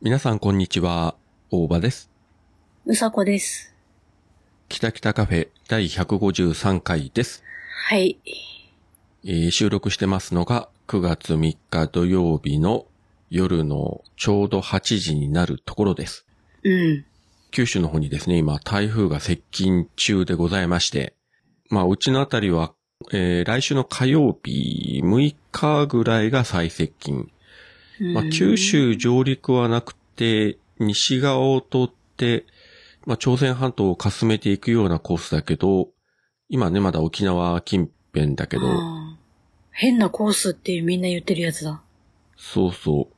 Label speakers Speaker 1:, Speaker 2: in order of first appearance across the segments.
Speaker 1: 皆さんこんにちは、大場です。
Speaker 2: うさこです。
Speaker 1: 北北カフェ第153回です、
Speaker 2: はい。
Speaker 1: えー収録してますのが9月3日土曜日の夜のちょうど8時になるところです。
Speaker 2: うん。
Speaker 1: 九州の方にですね、今台風が接近中でございまして、まあうちのあたりは、えー来週の火曜日6日ぐらいが最接近。まあ、
Speaker 2: うん
Speaker 1: 九。州上陸はなくて、西側を通って、まあ、朝鮮半島をかすめていくようなコースだけど、今ね、まだ沖縄近辺だけど、
Speaker 2: あー変なコースってみんな言ってるやつだ。
Speaker 1: そうそ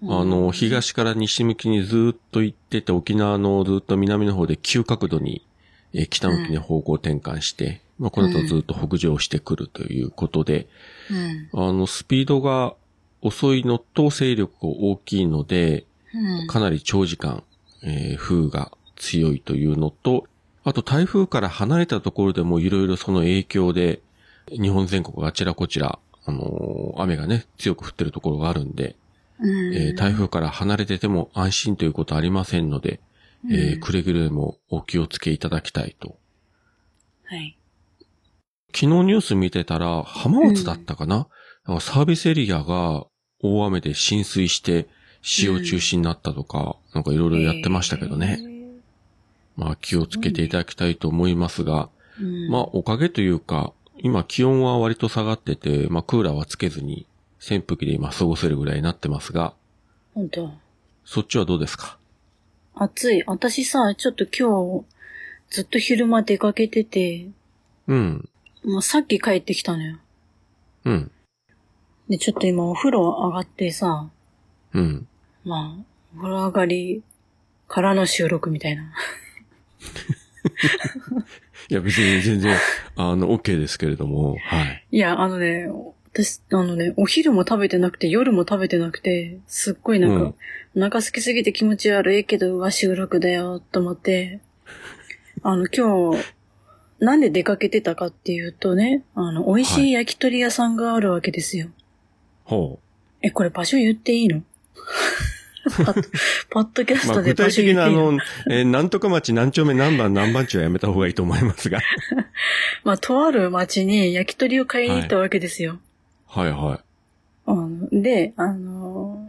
Speaker 1: う。あの、東から西向きにずーっと行ってて、沖縄のずーっと南の方で急角度に、えー北向きに方向転換して、まあ、この後ずーっと北上してくるということで、
Speaker 2: うん。
Speaker 1: あの、スピードが遅いのと勢力が大きいので、
Speaker 2: うん。
Speaker 1: かなり長時間、えー風が強いというのと、あと台風から離れたところでもいろいろその影響で、日本全国あちらこちら、あのー雨がね、強く降ってるところがあるんで、
Speaker 2: うん
Speaker 1: えー台風から離れてても安心ということはありませんので、えー
Speaker 2: うん
Speaker 1: くれぐれもお気をつけいただきたいと。
Speaker 2: はい。
Speaker 1: 昨日ニュース見てたら、浜松だったかな、なんかサービスエリアが大雨で浸水して、使用中止になったとか、なんかいろいろやってましたけどね。まあ気をつけていただきたいと思いますが、
Speaker 2: えー。うん
Speaker 1: まあおかげというか、今気温は割と下がってて、まあクーラーはつけずに扇風機で今過ごせるぐらいになってますが、
Speaker 2: 本当。
Speaker 1: そっちはどうですか
Speaker 2: 暑い。私さ、ちょっと今日、ずっと昼間出かけてて、
Speaker 1: うん、
Speaker 2: もうさっき帰ってきたのよ。
Speaker 1: うん、
Speaker 2: で、ちょっと今お風呂上がってさ、
Speaker 1: うん。
Speaker 2: まあ、お風呂上がりからの収録みたいな。
Speaker 1: いや別に全 然、あの、OK ですけれども、はい。
Speaker 2: いや、あのね、私、あのね、お昼も食べてなくて、夜も食べてなくて、すっごいなんか、お腹空きすぎて気持ち悪いけど、うわ、収録だよ、と思って、あの、今日、なんで出かけてたかっていうとね、あの、美味しい焼き鳥屋さんがあるわけですよ。
Speaker 1: ほ
Speaker 2: え、これ場所言ってい いのパッパッドキャ
Speaker 1: う。
Speaker 2: ス
Speaker 1: まあ
Speaker 2: トで
Speaker 1: 具
Speaker 2: 場
Speaker 1: 体
Speaker 2: 所
Speaker 1: 的
Speaker 2: 言っ
Speaker 1: な
Speaker 2: て
Speaker 1: あ
Speaker 2: いいの、まあ
Speaker 1: の、えーなんとか町何丁目何番何番地はやめた方がいいと思いますが。
Speaker 2: とある町に焼き鳥を買いに行ったわけですよ。
Speaker 1: はいは
Speaker 2: あので、あの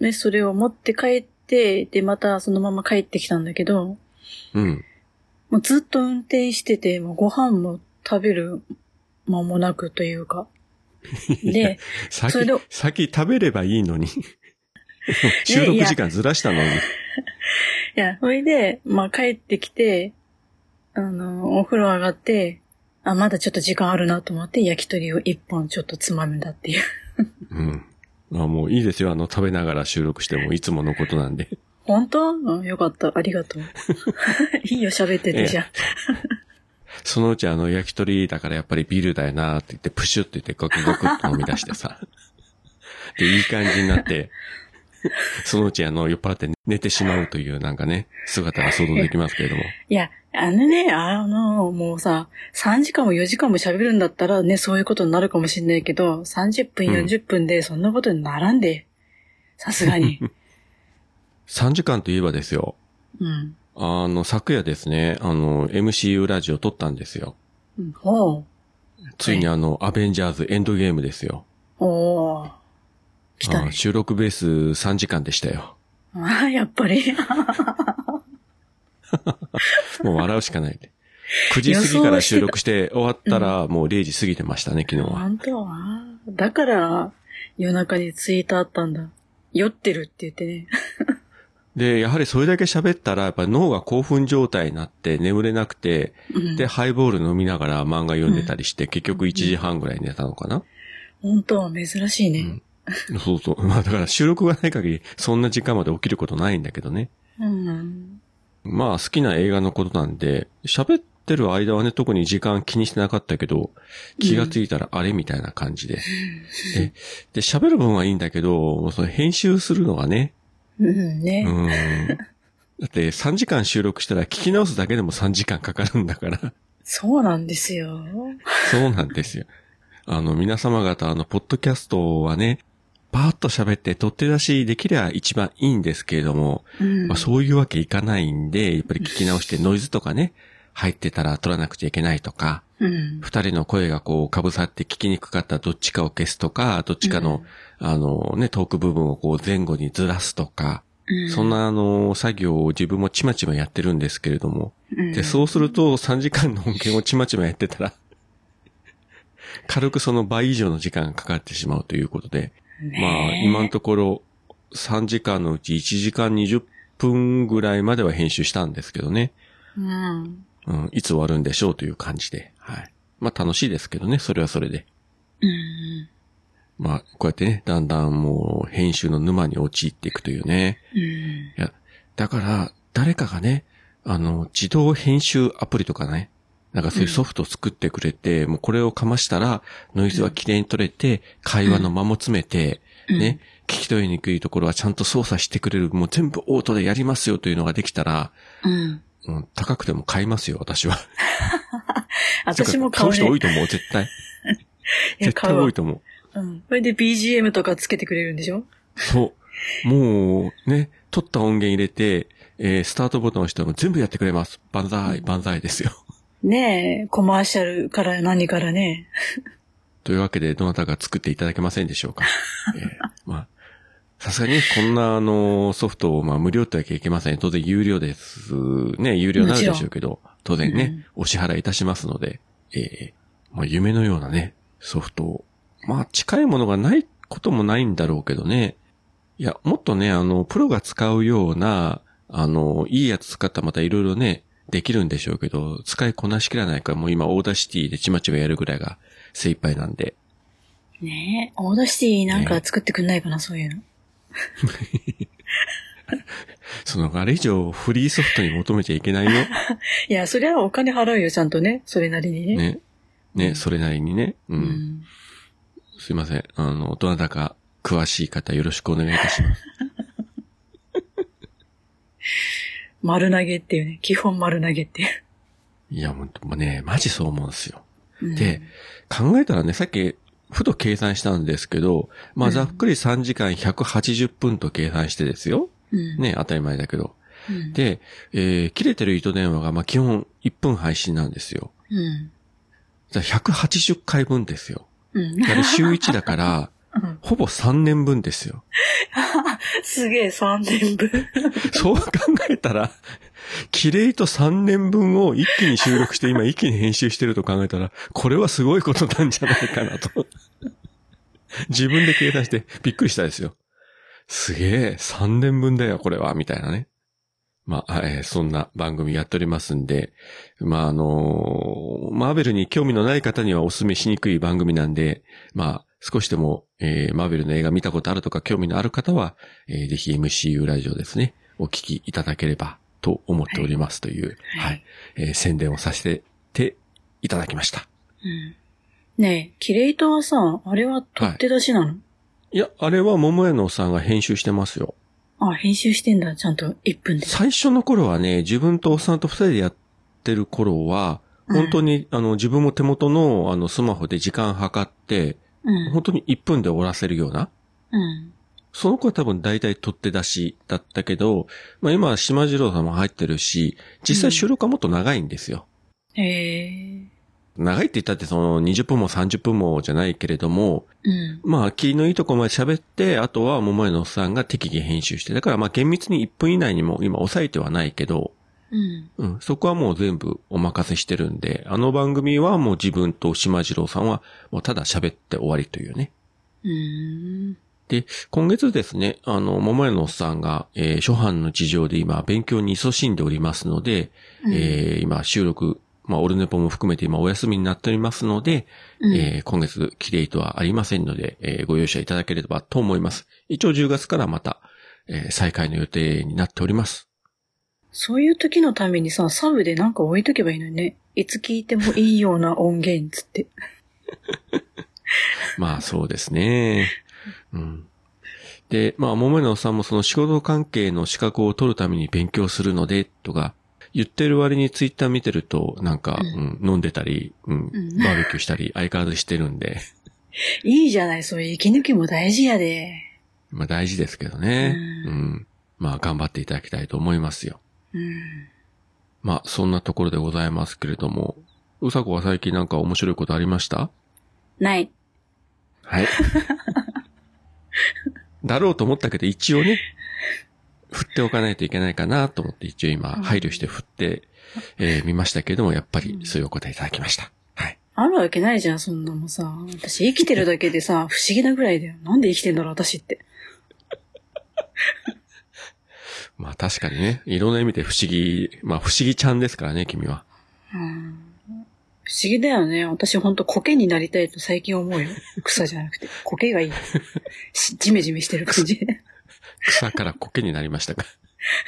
Speaker 2: ーね、それを持って帰って、で、またそのまま帰ってきたんだけど、
Speaker 1: い。うん。
Speaker 2: もうずっと運転してて、もうご飯も食べる間もなくというか。で、
Speaker 1: 先
Speaker 2: それで、
Speaker 1: 先食べればいいのに。 収録時間ずらしたのに。
Speaker 2: いや、それで、まあ帰ってきて、あの、お風呂上がって、あ、まだちょっと時間あるなと思って、焼き鳥を一本ちょっとつまんだっていう。
Speaker 1: うん。まあもういいですよ。あの、食べながら収録してもいつものことなん で。
Speaker 2: 本当うん、よかった。ありがとう。 いいよ、喋ってて、じゃあ。
Speaker 1: そのうちあの、焼き鳥だからやっぱりビールだよなって言って、プシュって言ってゴクゴクって飲み出してさ。で、いい感じになって、そのうちあの、酔っ払って寝てしまうというなんかね、姿が想像できますけれども。
Speaker 2: いや、あのね、あの、もうさ、3時間も4時間も喋るんだったらね、そういうことになるかもしんないけど、30分、
Speaker 1: うん
Speaker 2: 40分でそんなことにならんで。さすが に。
Speaker 1: 3時間といえばですよ。
Speaker 2: うん。
Speaker 1: あの、昨夜ですね、あの、MCU ラジオ撮ったんですよ。
Speaker 2: うんほ
Speaker 1: ついにあの、アベンジャーズエンドゲームですよ。
Speaker 2: う。おー。来た
Speaker 1: あ
Speaker 2: ね
Speaker 1: ー。収録ベース3時間でしたよ。
Speaker 2: ああ、やっぱり。
Speaker 1: もう笑うしかない。9時過ぎから収録して終わったらもう0時過ぎてましたね、昨日は。
Speaker 2: 本当は。だから、夜中にツイートあったんだ。酔ってるって言ってね。
Speaker 1: で、やはりそれだけ喋ったら、やっぱ脳が興奮状態になって眠れなくて、
Speaker 2: うん
Speaker 1: で、ハイボール飲みながら漫画読んでたりして、結局1時半ぐらい寝たのかな、
Speaker 2: 本当は珍しいね。
Speaker 1: そうそう。 まあだから収録がない限り、そんな時間まで起きることないんだけどね。
Speaker 2: うん。
Speaker 1: まあ好きな映画のことなんで、喋ってる間はね、特に時間気にしてなかったけど、気がついたらあれみたいな感じで。でで、喋る分はいいんだけど、その編集するのがね、
Speaker 2: うんね。
Speaker 1: うん。だって3時間収録したら聞き直すだけでも3時間かかるんだから。
Speaker 2: そうなんですよ。
Speaker 1: そうなんですよ。あの、皆様方、あの、ポッドキャストはね、パーッと喋って取って出しできれば一番いいんですけれども、
Speaker 2: うん
Speaker 1: まあ、そういうわけいかないんで、やっぱり聞き直してノイズとかね、入ってたら取らなくちゃいけないとか、
Speaker 2: うん。
Speaker 1: 二人の声がこう被さって聞きにくかったらどっちかを消すとか、どっちかの、あのね、トーク部分をこう前後にずらすとか、
Speaker 2: うん、
Speaker 1: そんなあの、作業を自分もちまちまやってるんですけれども、
Speaker 2: うん、
Speaker 1: で、そうすると3時間の音源をちまちまやってたら、軽くその倍以上の時間がかかってしまうということで、
Speaker 2: ねえ
Speaker 1: まあ、今のところ3時間のうち1時間20分ぐらいまでは編集したんですけどね。
Speaker 2: うん。
Speaker 1: うん、いつ終わるんでしょうという感じで。はい。まあ楽しいですけどね、それはそれで。
Speaker 2: うん。
Speaker 1: まあ、こうやってね、だんだんもう編集の沼に陥っていくというね。
Speaker 2: うん。
Speaker 1: だから、誰かがね、あの、自動編集アプリとかね、なんかそういうソフトを作ってくれて、もうこれをかましたら、ノイズはきれいに取れて、会話の間も詰めて、
Speaker 2: うん
Speaker 1: ね、聞き取りにくいところはちゃんと操作してくれる、もう全部オートでやりますよというのができたら、
Speaker 2: うん。
Speaker 1: うん、高くても買いますよ、私は。
Speaker 2: 私も
Speaker 1: 買
Speaker 2: 買
Speaker 1: う
Speaker 2: う
Speaker 1: 人多
Speaker 2: ね。
Speaker 1: いと思う、絶対。
Speaker 2: いや
Speaker 1: 絶対
Speaker 2: 買うわ
Speaker 1: 多いと思う。
Speaker 2: うん。それで BGM とかつけてくれるんでしょ
Speaker 1: そう。もう、ね、撮った音源入れて、えースタートボタン押しても全部やってくれます。万歳、万歳ですよ。
Speaker 2: ねえ、コマーシャルから何からね。
Speaker 1: というわけで、どなたか作っていただけませんでしょう か。えーまあ、さすがにこんな、あの、ソフトを、まあ、無料ってわけいけません。当然、有料です。ね、有料になるでしょうけど、当然ね、お支払いいたしますので、えーまあ、夢のようなね、ソフトを。まあ、近いものがないこともないんだろうけどね。いや、もっとね、あの、プロが使うような、あの、いいやつ使ったらまたいろいろね、できるんでしょうけど、使いこなしきらないから、もう今、オーダーシティでちまちまやるぐらいが精一杯なんで。
Speaker 2: ねえ、オードシティなんか作ってくんないかな、そういうの。
Speaker 1: その、あれ以上フリーソフトに求めちゃいけないよ。
Speaker 2: いや、そりゃお金払うよ、ちゃんとね。それなりにね。
Speaker 1: ね。ね、それなりにね。う。
Speaker 2: うんん。
Speaker 1: すいません。あの、どなたか詳しい方よろしくお願いいたします。
Speaker 2: 丸投げっていうね。基本丸投げっていう。
Speaker 1: いや、もうもうね、マジそう思うんですよ。
Speaker 2: うん
Speaker 1: で、考えたらね、さっき、ふと計算したんですけど、ま
Speaker 2: う
Speaker 1: あ、
Speaker 2: ん
Speaker 1: ざっくり3時間180分と計算してですよ。
Speaker 2: うん、
Speaker 1: ね、当たり前だけど。
Speaker 2: うん、
Speaker 1: で、えー切れてる糸電話が、まあ、基本1分配信なんですよ。
Speaker 2: うん、
Speaker 1: じゃあ180回分ですよ。
Speaker 2: うん。
Speaker 1: だから週1だから、
Speaker 2: うん
Speaker 1: ほぼ3年分ですよ。
Speaker 2: すげえ、3年分。
Speaker 1: そう考えたら、キレイと3年分を一気に収録して、今一気に編集してると考えたら、これはすごいことなんじゃないかなと。自分で計算してびっくりしたですよ。すげえ、3年分だよ、これは、みたいなね。まあ、えーそんな番組やっておりますんで、まあ、あのーマーベルに興味のない方にはお勧めしにくい番組なんで、まあ、少しでも、えーマーベルの映画見たことあるとか興味のある方は、えーぜひ MCU ラジオですね、お聞きいただければと思っておりますという、はい、えー宣伝をさせていただきました。
Speaker 2: うんねえ、キレイトはさ、あれは取って出しなの、
Speaker 1: いや、あれは桃屋のおっさんが編集してますよ。
Speaker 2: あ、編集してんだ、ちゃんと1分で。
Speaker 1: 最初の頃はね、自分とおっさんと二人でやってる頃は、本当に、あの、自分も手元の、あの、スマホで時間計って、
Speaker 2: うん。
Speaker 1: 本当に1分で終わらせるような、
Speaker 2: うん。
Speaker 1: その子は多分大体取って出しだったけど、まあ今は島次郎さんも入ってるし、実際収録はもっと長いんですよ。
Speaker 2: へえ
Speaker 1: 長いって言ったってその20分も30分もじゃないけれども、
Speaker 2: うん。
Speaker 1: まあ気のいいとこまで喋って、あとは桃井のおっさんが適宜編集して、だからまあ厳密に1分以内にも今抑えてはないけど、
Speaker 2: うん。
Speaker 1: うん、そこはもう全部お任せしてるんで、あの番組はもう自分と島次郎さんはもうただ喋って終わりというね。
Speaker 2: うーん。
Speaker 1: で、今月ですね、あの、桃屋のおっさんが、えー、初版の事情で今、勉強に勤しんでおりますので、えー今、収録、まあ、オルネポも含めて今、お休みになっておりますので、
Speaker 2: うん
Speaker 1: えー今月、キレイとはありませんので、えーご容赦いただければと思います。一応、10月からまた、えー再開の予定になっております。
Speaker 2: そういう時のためにさ、サブでなんか置いとけばいいのにね。いつ聞いてもいいような音源っつって。
Speaker 1: まあ、そうですね。うん。で、まあ、桃屋のおっさんもその仕事関係の資格を取るために勉強するので、とか、言ってる割にツイッター見てると、なんか、
Speaker 2: うん
Speaker 1: うん飲んでたり、うん
Speaker 2: うん
Speaker 1: バーベキューしたり、相変わらずしてるんで、
Speaker 2: いいじゃない、そういう息抜きも大事やで。
Speaker 1: まあ大事ですけどね。
Speaker 2: う
Speaker 1: うんん。まあ頑張っていただきたいと思いますよ。
Speaker 2: うん。
Speaker 1: まあそんなところでございますけれども、うさこは最近なんか面白いことありました
Speaker 2: ない。
Speaker 1: はい。だろうと思ったけど、一応ね、振っておかないといけないかなと思って、一応今、
Speaker 2: うん
Speaker 1: 配慮して振ってみ、えー見ましたけども、やっぱりそういうお答えいただきました。はい。
Speaker 2: あるわけないじゃん、そんなもんさ。私生きてるだけでさ、不思議なぐらいだよ。なんで生きてんだろう、私って。
Speaker 1: まあ確かにね、いろんな意味で不思議、まあ不思議ちゃんですからね、君は。
Speaker 2: うん不思議だよね。私ほんと苔になりたいと最近思うよ。草じゃなくて。苔がいい。しジメジメしてる感じ。
Speaker 1: 草から苔になりましたが。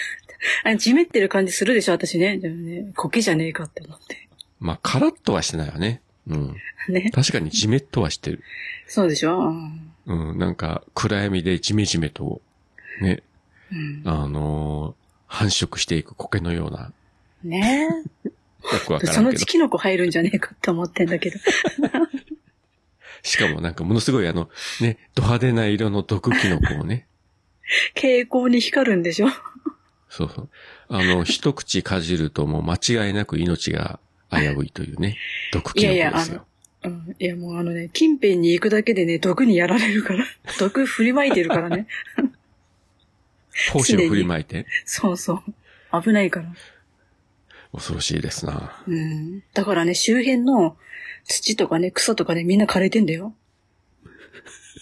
Speaker 2: あジメってる感じするでしょ、私ね。でもね、苔じゃねえかって思って。
Speaker 1: まあ、カラッとはしてないわね。うん。
Speaker 2: ね。
Speaker 1: 確かにジメッとはしてる。
Speaker 2: そうでしょ、うん
Speaker 1: うん。なんか、暗闇でジメジメと、ね、
Speaker 2: うん、
Speaker 1: あのー繁殖していく苔のような、
Speaker 2: ね
Speaker 1: よくわ
Speaker 2: え。
Speaker 1: から
Speaker 2: そ
Speaker 1: ん
Speaker 2: のう
Speaker 1: けど
Speaker 2: ち。キノコ入るんじゃねえかって思ってんだけど。
Speaker 1: しかもなんかものすごいあの、ね、ド派手な色の毒キノコをね。
Speaker 2: 蛍光に光るんでしょ
Speaker 1: そうそう。あの、一口かじるともう間違いなく命が危ういというね、毒キノコ
Speaker 2: いやいや
Speaker 1: で
Speaker 2: あ
Speaker 1: す
Speaker 2: の
Speaker 1: よ。
Speaker 2: うん。いやもうあのね、近辺に行くだけでね、毒にやられるから。毒振りまいてるからね。
Speaker 1: 胞子を振りまいて。
Speaker 2: そうそう。危ないから。
Speaker 1: 恐ろしいですな。
Speaker 2: うん。だからね、周辺の土とかね、草とかね、みんな枯れてんだよ。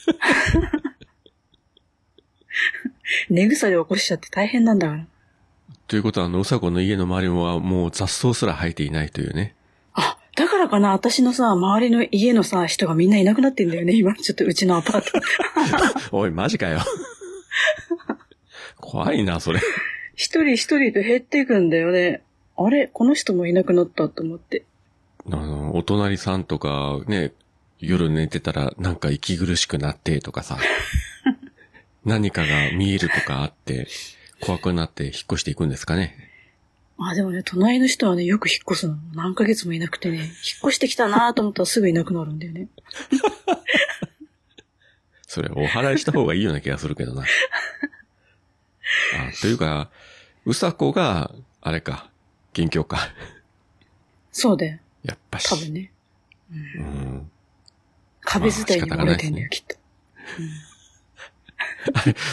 Speaker 2: 根草で起こしちゃって大変なんだから。
Speaker 1: ということは、あの、うさこの家の周りはもう雑草すら生えていないというね。
Speaker 2: あ、だからかな、私のさ、周りの家のさ、人がみんないなくなってんだよね、今。ちょっとうちのアパート。
Speaker 1: おい、マジかよ。怖いな、それ。
Speaker 2: 一人一人と減っていくんだよね。あれこの人もいなくなったと思って。
Speaker 1: あの、お隣さんとか、ね、夜寝てたらなんか息苦しくなってとか さ、何かが見えるとかあって、怖くなって引っ越していくんですかね。
Speaker 2: あ、でもね、隣の人はね、よく引っ越すの。何ヶ月もいなくてね、引っ越してきたなと思ったらすぐいなくなるんだよね。
Speaker 1: それ、お祓いした方がいいような気がするけ どな。あというか、うさこが、あれか、元凶か。
Speaker 2: そうだよ。
Speaker 1: やっぱし。
Speaker 2: 多分ね。
Speaker 1: うん。
Speaker 2: 壁伝いに折れてんだよ、きっと。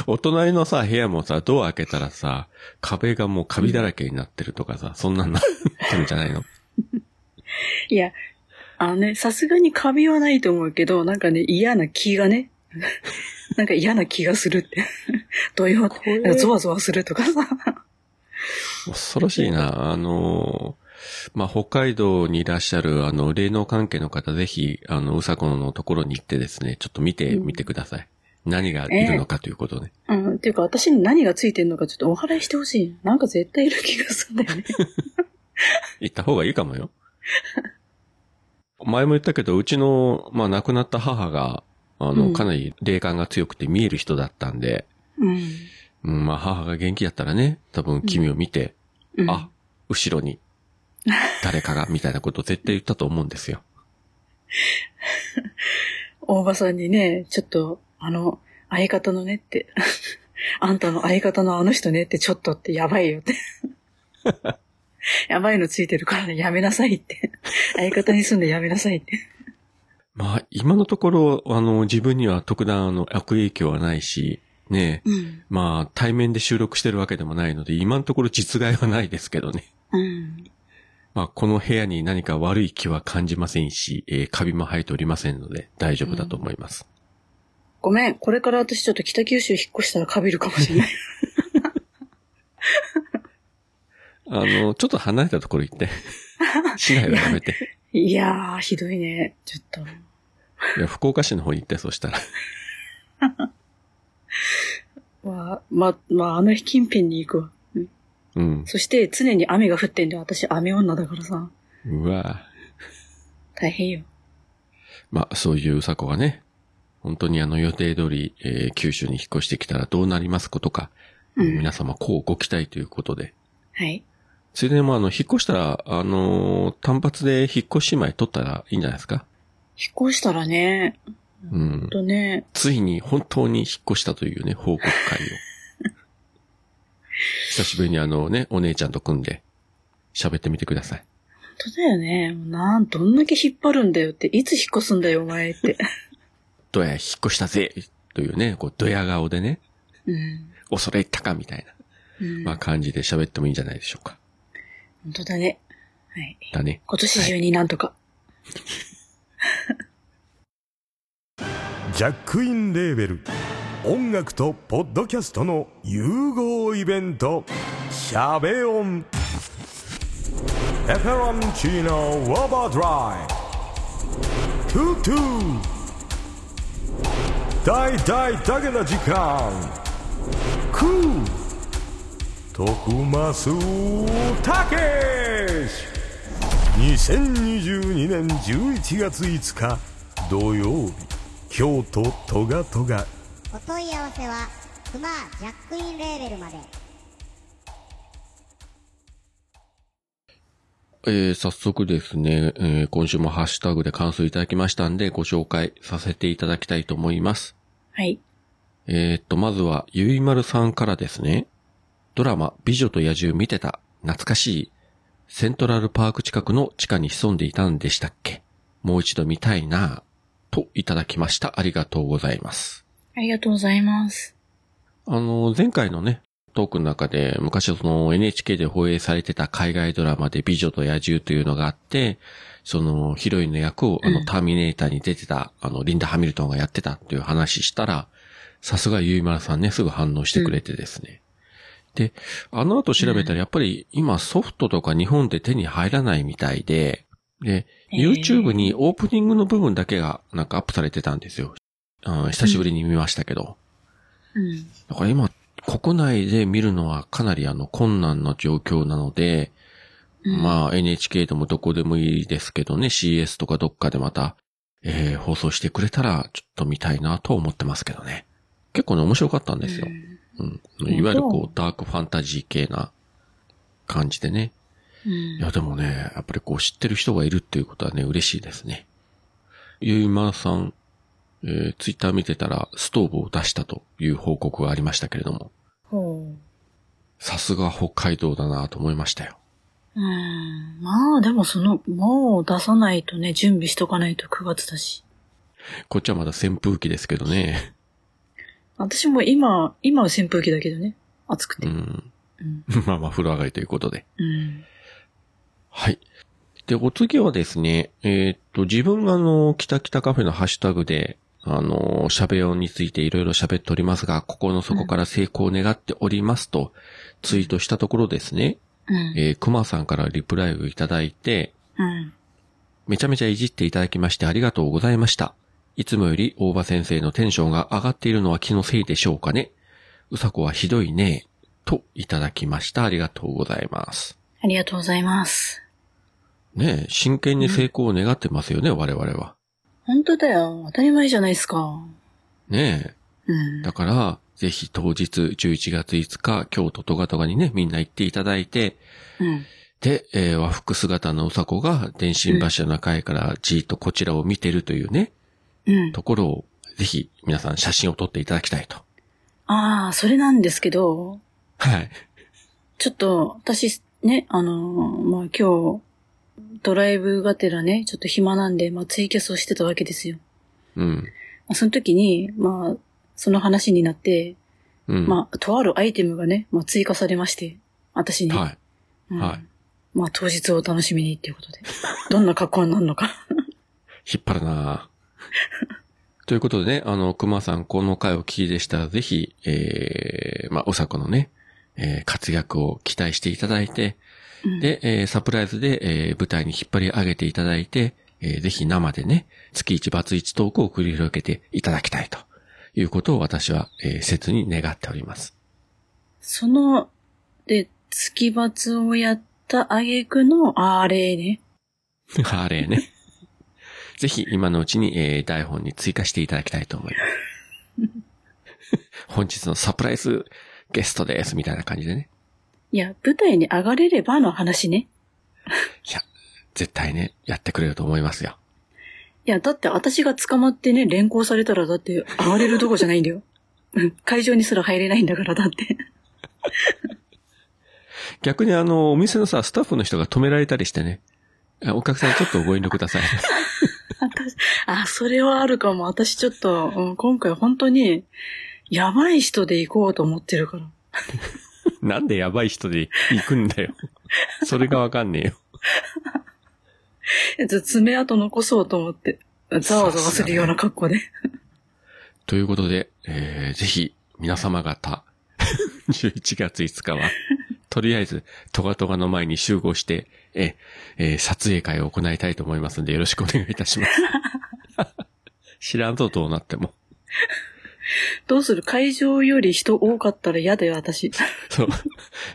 Speaker 1: お隣のさ、部屋もさ、ドア開けたらさ、壁がもうカビだらけになってるとかさ、そん なんなってるんじゃないの
Speaker 2: いや、あのね、さすがにカビはないと思うけど、なんかね、嫌な気が ね、なんか嫌な気がするって。 どういうことなんかゾワゾワするとかさ。
Speaker 1: 恐ろしいな。あのー、まあ、北海道にいらっしゃる、あの、霊能関係の方、ぜひ、あの、うさこのところに行ってですね、ちょっと見て
Speaker 2: うん
Speaker 1: みてください。何がいるのかということね。
Speaker 2: うん、っていうか私に何がついてんのかちょっとお祓いしてほしい。なんか絶対いる気がするんだよね。
Speaker 1: 行った方がいいかもよ。 前も言ったけど、うちの、まあ、亡くなった母が、あ
Speaker 2: う
Speaker 1: の、
Speaker 2: ん
Speaker 1: かなり霊感が強くて見える人だったんで、
Speaker 2: うん
Speaker 1: うん、まあ、母が元気だったらね、多分君を見て、
Speaker 2: うん。
Speaker 1: あ、後ろに、誰かが、みたいなことを絶対言ったと思うんですよ。
Speaker 2: 大場さんにね、ちょっと、あの、相方のねって、 あんたの相方のあの人ねってちょっとってやばいよって。 やばいのついてるからね、やめなさいって。 相方に住んでやめなさいって。
Speaker 1: まあ、今のところ、あの、自分には特段、あの、悪影響はないし、ねえ、
Speaker 2: うん。
Speaker 1: まあ、対面で収録してるわけでもないので、今のところ実害はないですけどね。
Speaker 2: うん。
Speaker 1: まあ、この部屋に何か悪い気は感じませんし、えーカビも生えておりませんので、大丈夫だと思います。
Speaker 2: ごめん、これから私ちょっと北九州引っ越したらかびるかもしれない。
Speaker 1: あの、ちょっと離れたところ行って。市内はやめて。
Speaker 2: いやー、ひどいね。ちょっと。
Speaker 1: いや、福岡市の方に行って、そしたら。
Speaker 2: まあ、ま、まあ、あの日近辺に行くわ。うん
Speaker 1: うん。
Speaker 2: そして常に雨が降ってんだよ。私雨女だからさ。
Speaker 1: うわ
Speaker 2: 大変よ。
Speaker 1: まあ、そういううさこがね、本当にあの予定通り、えー九州に引っ越してきたらどうなりますことか、
Speaker 2: うん
Speaker 1: 皆様こうご期待ということで。
Speaker 2: はい。
Speaker 1: ついでにもうあの、引っ越したら、あのー単発で引っ越し前取ったらいいんじゃないですか
Speaker 2: 引っ越したらね、
Speaker 1: うん。
Speaker 2: とね、
Speaker 1: ついに本当に引っ越したというね、報 告会を。久しぶりにあのね、お姉ちゃんと組んで喋ってみてください。
Speaker 2: 本当だよね。もうなん、どんだけ引っ張るんだよって、いつ引っ越すんだよ、お前 って。
Speaker 1: どや、引っ越したぜというね、こう、ドヤ顔でね、
Speaker 2: うん。
Speaker 1: 恐れ入ったかみたいな、
Speaker 2: うん。
Speaker 1: まあ、感じで喋ってもいいんじゃないでしょうか。
Speaker 2: 本当だね。はい。
Speaker 1: だね。
Speaker 2: 今年中になんとか。
Speaker 3: ジャックインレーベル音楽とポッドキャストの融合イベント「シャベオン」「エフェロンチーノウォーバードライ」「トゥトゥ」「大大だけの時間」「クー」「徳マスたけし」2022年11月5日土曜日京都トガトガ
Speaker 4: お問い合わせはクマジャックインレーベルまで
Speaker 1: えー早速ですね、えー今週もハッシュタグで感想いただきましたんで、ご紹介させていただきたいと思います。
Speaker 2: はい。
Speaker 1: えーっと、まずは、ゆいまるさんからですね。ドラマ、美女と野獣見てた。懐かしい。セントラルパーク近くの地下に潜んでいたんでしたっけもう一度見たいなぁといただきました。ありがとうございます。
Speaker 2: ありがとうございます。
Speaker 1: あの、前回のね、トークの中で、昔その NHK で放映されてた海外ドラマで美女と野獣というのがあって、そのヒロインの役をあ
Speaker 2: う
Speaker 1: の
Speaker 2: ん
Speaker 1: ターミネーターに出てた、あのリンダ・ハミルトンがやってたっていう話したら、さすがゆいまるさんね、すぐ反応してくれてですね。で、あの後調べたらやっぱり今ソフトとか日本で手に入らないみたいで、で、
Speaker 2: えー
Speaker 1: YouTube にオープニングの部分だけがなんかアップされてたんですよ。うん、久しぶりに見ましたけど。
Speaker 2: うん。
Speaker 1: だから今、国内で見るのはかなりあの困難な状況なので、まあ NHK でもどこでもいいですけどね、CS とかどっかでまた、えー放送してくれたらちょっと見たいなと思ってますけどね。結構ね、面白かったん
Speaker 2: あ
Speaker 1: ですよ。うん。
Speaker 2: ん
Speaker 1: いわゆる
Speaker 2: 本
Speaker 1: こう、ダークファンタジー系な感じでね。
Speaker 2: うん
Speaker 1: いや、でもね、やっぱりこう知ってる人がいるっていうことはね、嬉しいですね。ゆいまさん、えー、ツイッター見てたらストーブを出したという報告がありましたけれども、
Speaker 2: ほ
Speaker 1: さすが北海道だなと思いましたよ。
Speaker 2: う。うん。まあ、でもその、もう出さないとね、準備しとかないと9月だし。
Speaker 1: こっちはまだ扇風機ですけどね。
Speaker 2: 私も今、今は扇風機だけどね。暑くて。
Speaker 1: う
Speaker 2: うん。
Speaker 1: ん。
Speaker 2: うん。
Speaker 1: まあまあ、風呂上がりということで。はい。で、お次はですね、えーっと、自分があの、キタキタカフェのハッシュタグで、あの、喋音についていろいろ喋っておりますが、ここの底から成功を願っておりますと、ツイートしたところですね、
Speaker 2: うん。
Speaker 1: えー、熊さんからリプライをいただいて、
Speaker 2: うん。
Speaker 1: めちゃめちゃいじっていただきましてありがとうございました。いつもより大場先生のテンションが上がっているのは気のせいでしょうかね。うさこはひどいね。といただきました。ありがとうございます。
Speaker 2: ありがとうございます。
Speaker 1: ねえ、真剣に成功を願ってますよね、我々は。
Speaker 2: 本当だよ。当たり前じゃないですか。
Speaker 1: ね
Speaker 2: うん
Speaker 1: え。。だから、ぜひ当日11月5日、京都トガトガにね、みんな行っていただいて、
Speaker 2: うん。
Speaker 1: で、えー和服姿のうさこが電信柱の階からじーっとこちらを見てるというね、
Speaker 2: うん。
Speaker 1: ところを、ぜひ皆さん写真を撮っていただきたいと。
Speaker 2: ああ、それなんですけど、
Speaker 1: はい。
Speaker 2: ちょっと、私、ね、あのーまあ、今日、ドライブがてらね、ちょっと暇なんで、まあ、ツイキャスをしてたわけですよ。
Speaker 1: うん。
Speaker 2: まあその時に、まあ、その話になって、
Speaker 1: うん。
Speaker 2: まあ、とあるアイテムがね、まあ、追加されまして、私に。
Speaker 1: はい。
Speaker 2: うん
Speaker 1: はい
Speaker 2: まあ、当日をお楽しみにっていうこ とで。どんな格好になるのか。
Speaker 1: 引っ張るなぁということでね、あの、熊さん、この回を聞きでしたら、ぜひ、えー、まあ、おさこのね、えー活躍を期待していただいて、
Speaker 2: うん
Speaker 1: で、えーサプライズで、えー舞台に引っ張り上げていただいて、えーぜひ生でね、月1バツ1トークを繰り広げていただきたいということを私は、えー切に願っております。
Speaker 2: その、で、月罰をやった挙句の、あれね。
Speaker 1: あれね。ぜひ今のうちに、えー台本に追加していただきたいと思います。 本日のサプライズゲストです、みたいな感じでね。
Speaker 2: いや、舞台に上がれればの話ね。
Speaker 1: いや、絶対ね、やってくれると思いますよ。
Speaker 2: いや、だって私が捕まってね、連行されたらだって暴れるとこじゃないんだよ。 うん会場にすら入れないんだから、だって。
Speaker 1: 逆にあの、お店のさ、スタッフの人が止められたりしてね。あお客さんちょっとご遠慮ください。
Speaker 2: あ、それはあるかも。私ちょっと、うん今回本当に、やばい人で行こうと思ってるから。
Speaker 1: なんでやばい人で行くんだよ。それがわかんねえよ。
Speaker 2: えじゃあ爪痕残そうと思って、ざわざわするような格好で。
Speaker 1: ということで、えー、ぜひ、皆様方、11月5日は、とりあえず、トガトガの前に集合して、えー、えー撮影会を行いたいと思いますので、よろしくお願いいたします。 知らんとどうなっても。
Speaker 2: どうする会場より人多かったら嫌だよ、私。
Speaker 1: そう。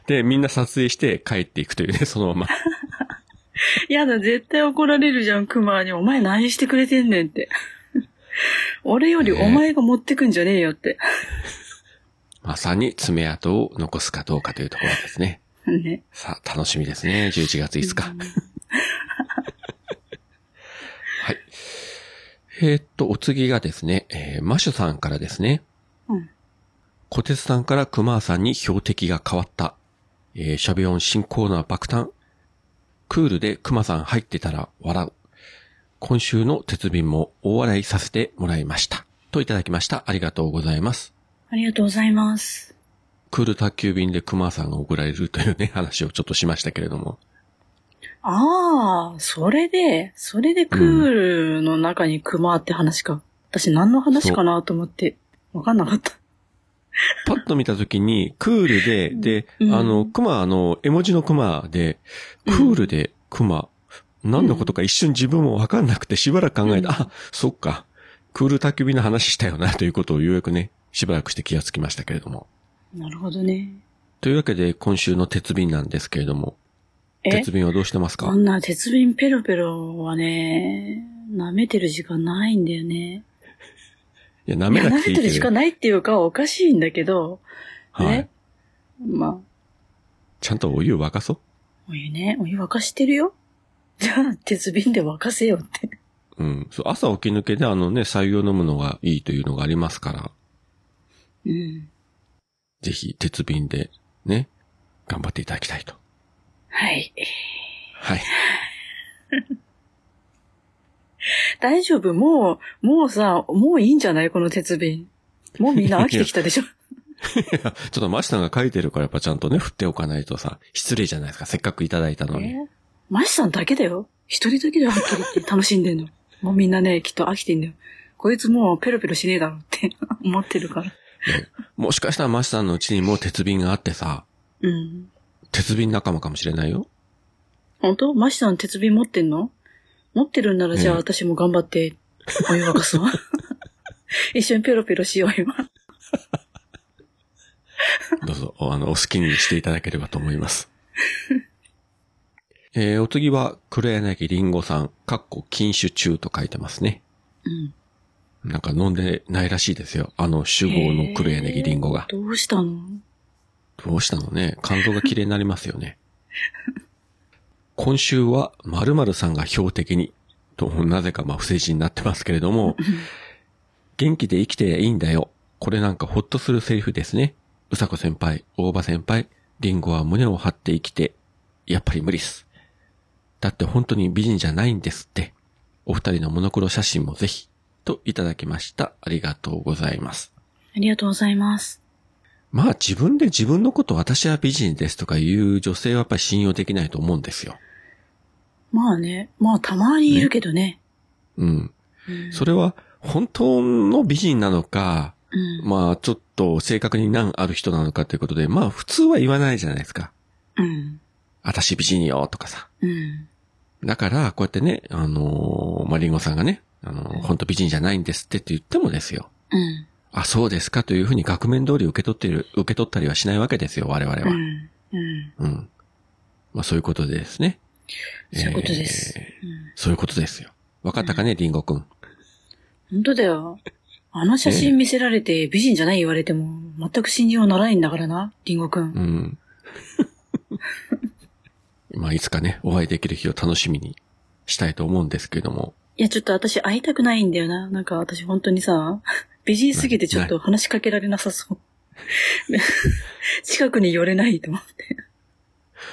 Speaker 1: で、みんな撮影して帰っていくというね、そのまま。
Speaker 2: 嫌だ、絶対怒られるじゃん、クマに。お前何してくれてんねんって。 俺よりお前が持ってくんじゃねえよって。
Speaker 1: まさに爪痕を残すかどうかというところですね。
Speaker 2: ね。
Speaker 1: さあ、楽しみですね。11月5日。はい。えーっと、お次がですね、えーマシュさんからですね。
Speaker 2: うん。
Speaker 1: 小鉄さんからクマーさんに標的が変わった。えー、シャビオン新コーナー爆誕。クールでクマさん入ってたら笑う。今週の鉄瓶も大笑いさせてもらいました。といただきました。ありがとうございます。
Speaker 2: ありがとうございます。
Speaker 1: クール宅急便でクマさんが送られるというね、話をちょっとしましたけれども。
Speaker 2: ああ、それで、それでクールの中にクマって話か。私何の話かなと思って、わかんなかった。
Speaker 1: パッと見たときに、クールで、で、
Speaker 2: うん
Speaker 1: あの、クマ、あの、絵文字のクマで、ク
Speaker 2: うん
Speaker 1: ールでクマ、何のことか一瞬自分もわかんなくてしばらく考えて、
Speaker 2: うん
Speaker 1: あ、そっか、クール焚き火の話したよな、ということをようやくね、しばらくして気がつきましたけれども。
Speaker 2: なるほどね。
Speaker 1: というわけで、今週の鉄瓶なんですけれども、
Speaker 2: え
Speaker 1: 鉄瓶はどうしてます
Speaker 2: こ
Speaker 1: か
Speaker 2: んな鉄瓶ペロペロはね、舐めてる時間ないんだよね。
Speaker 1: いや、舐
Speaker 2: い
Speaker 1: め
Speaker 2: や、
Speaker 1: な
Speaker 2: 舐
Speaker 1: く
Speaker 2: め
Speaker 1: ていい
Speaker 2: て
Speaker 1: け
Speaker 2: る時間
Speaker 1: ど、
Speaker 2: ないっていうかおかしいんだけど、
Speaker 1: はい
Speaker 2: ね。。まあ、
Speaker 1: ちゃんとお湯沸かそ
Speaker 2: お湯ね、お湯沸かしてるよ。 じゃあ、鉄瓶で沸かせよって。
Speaker 1: う。うん。そう、朝起き抜けであのね、白湯を飲むのがいいというのがありますから、
Speaker 2: うん。
Speaker 1: ぜひ、鉄瓶で、ね、頑張っていただきたいと。
Speaker 2: はい。
Speaker 1: はい。
Speaker 2: 大丈夫もう、もうさ、もういいんじゃないこの鉄瓶。もうみんな飽きてきた でしょ。
Speaker 1: いやちょっとマシさんが書いてるからやっぱちゃんとね、振っておかないとさ、失礼じゃないですか。せっかくいただいたのに。
Speaker 2: えマシさんだけだよ。一人だけではっきり言って楽しんで んの。もうみんなね、きっと飽きてんだよ。こいつもうペロペロしねえだろって 思ってるから。
Speaker 1: ねもしかしたらマシさんのうちにもう鉄瓶があってさ、
Speaker 2: うん。
Speaker 1: 鉄瓶仲間かもしれないよ。
Speaker 2: 本当マシさん鉄瓶持ってんの持ってるんならじゃあ
Speaker 1: うん
Speaker 2: 私も頑張ってお湯沸 かすわ。一緒にペロペロしよう今。
Speaker 1: どうぞ、おあの、お好きにしていただければと思います。 えー、お次は、黒柳りんごさん、かっこ禁酒中と書いてますね。
Speaker 2: うん。
Speaker 1: なんか飲んでないらしいですよ。あの、酒豪の黒柳りんごが
Speaker 2: え。ーどうしたの
Speaker 1: どうしたのね肝臓が綺麗になりますよね。 今週は〇〇さんが標的に、と、なぜかまあ不正人になってますけれども、元気で生きていいんだよ。これなんかほっとするセリフですね。うさこ先輩、大場先輩、リンゴは胸を張って生きて、やっぱり無理っす。だって本当に美人じゃないんですって。お二人のモノクロ写真もぜひ、といただきました。ありがとうございます。
Speaker 2: ありがとうございます。
Speaker 1: まあ自分で自分のこと私は美人ですとか言う女性はやっぱり信用できないと思うんですよ。
Speaker 2: まあね、まあたまにいるけどね。
Speaker 1: うん。
Speaker 2: うん
Speaker 1: それは本当の美人なのか、
Speaker 2: うん
Speaker 1: まあちょっと性格に難ある人なのかということで、まあ普通は言わないじゃないですか。
Speaker 2: うん。
Speaker 1: 私美人よとかさ。
Speaker 2: うん。
Speaker 1: だから、こうやってね、あのーまあ、リンゴさんがね、あのー本当美人じゃないんですってって言ってもですよ。
Speaker 2: うん。
Speaker 1: あ、そうですかというふうに額面通り受け取っている、受け取ったりはしないわけですよ、我々は。
Speaker 2: うん。うん。
Speaker 1: うん。まあそういうことでですね。
Speaker 2: そういうことです
Speaker 1: えー
Speaker 2: うん
Speaker 1: そういうことですよ。わかったかね、リンゴくん。
Speaker 2: 本当だよ。あの写真見せられて美人じゃない言われても、全く信用ならないんだからな、リンゴく。
Speaker 1: うん ん。まあ、いつかね、お会いできる日を楽しみにしたいと思うんですけれども。
Speaker 2: いや、ちょっと私会いたくないんだよな。なんか私本当にさ、 美人すぎてちょっと話しかけられなさそう。 近くに寄れないと思って。